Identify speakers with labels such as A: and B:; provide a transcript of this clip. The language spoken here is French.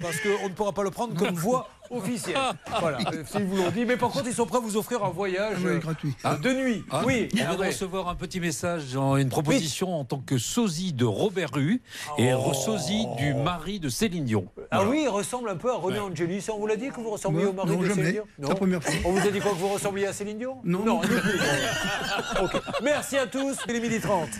A: parce qu'on ne pourra pas le prendre comme voie officielle. Voilà, euh, s'ils vous l'ont dit. Mais par contre, ils sont prêts à vous offrir un voyage
B: Ah Oui,
A: euh,
B: gratuit. Ah.
A: de nuit. Oui,
C: Il vient Ah, de
A: André.
C: recevoir un petit message, en- une proposition en tant que sosie de Robert Rue et re- sosie du mari de Céline Dion.
A: Oh. Ah oui, il ressemble un peu à René Angélis. On vous l'a dit que vous ressembliez
B: Non,
A: au mari
B: Bah, non,
A: de
B: jamais.
A: Céline Dion
B: La première fois.
A: On vous a dit quoi que vous ressembliez à Céline Dion
B: Non.
A: non. non plus. Ok. Merci à tous, il est midi 30.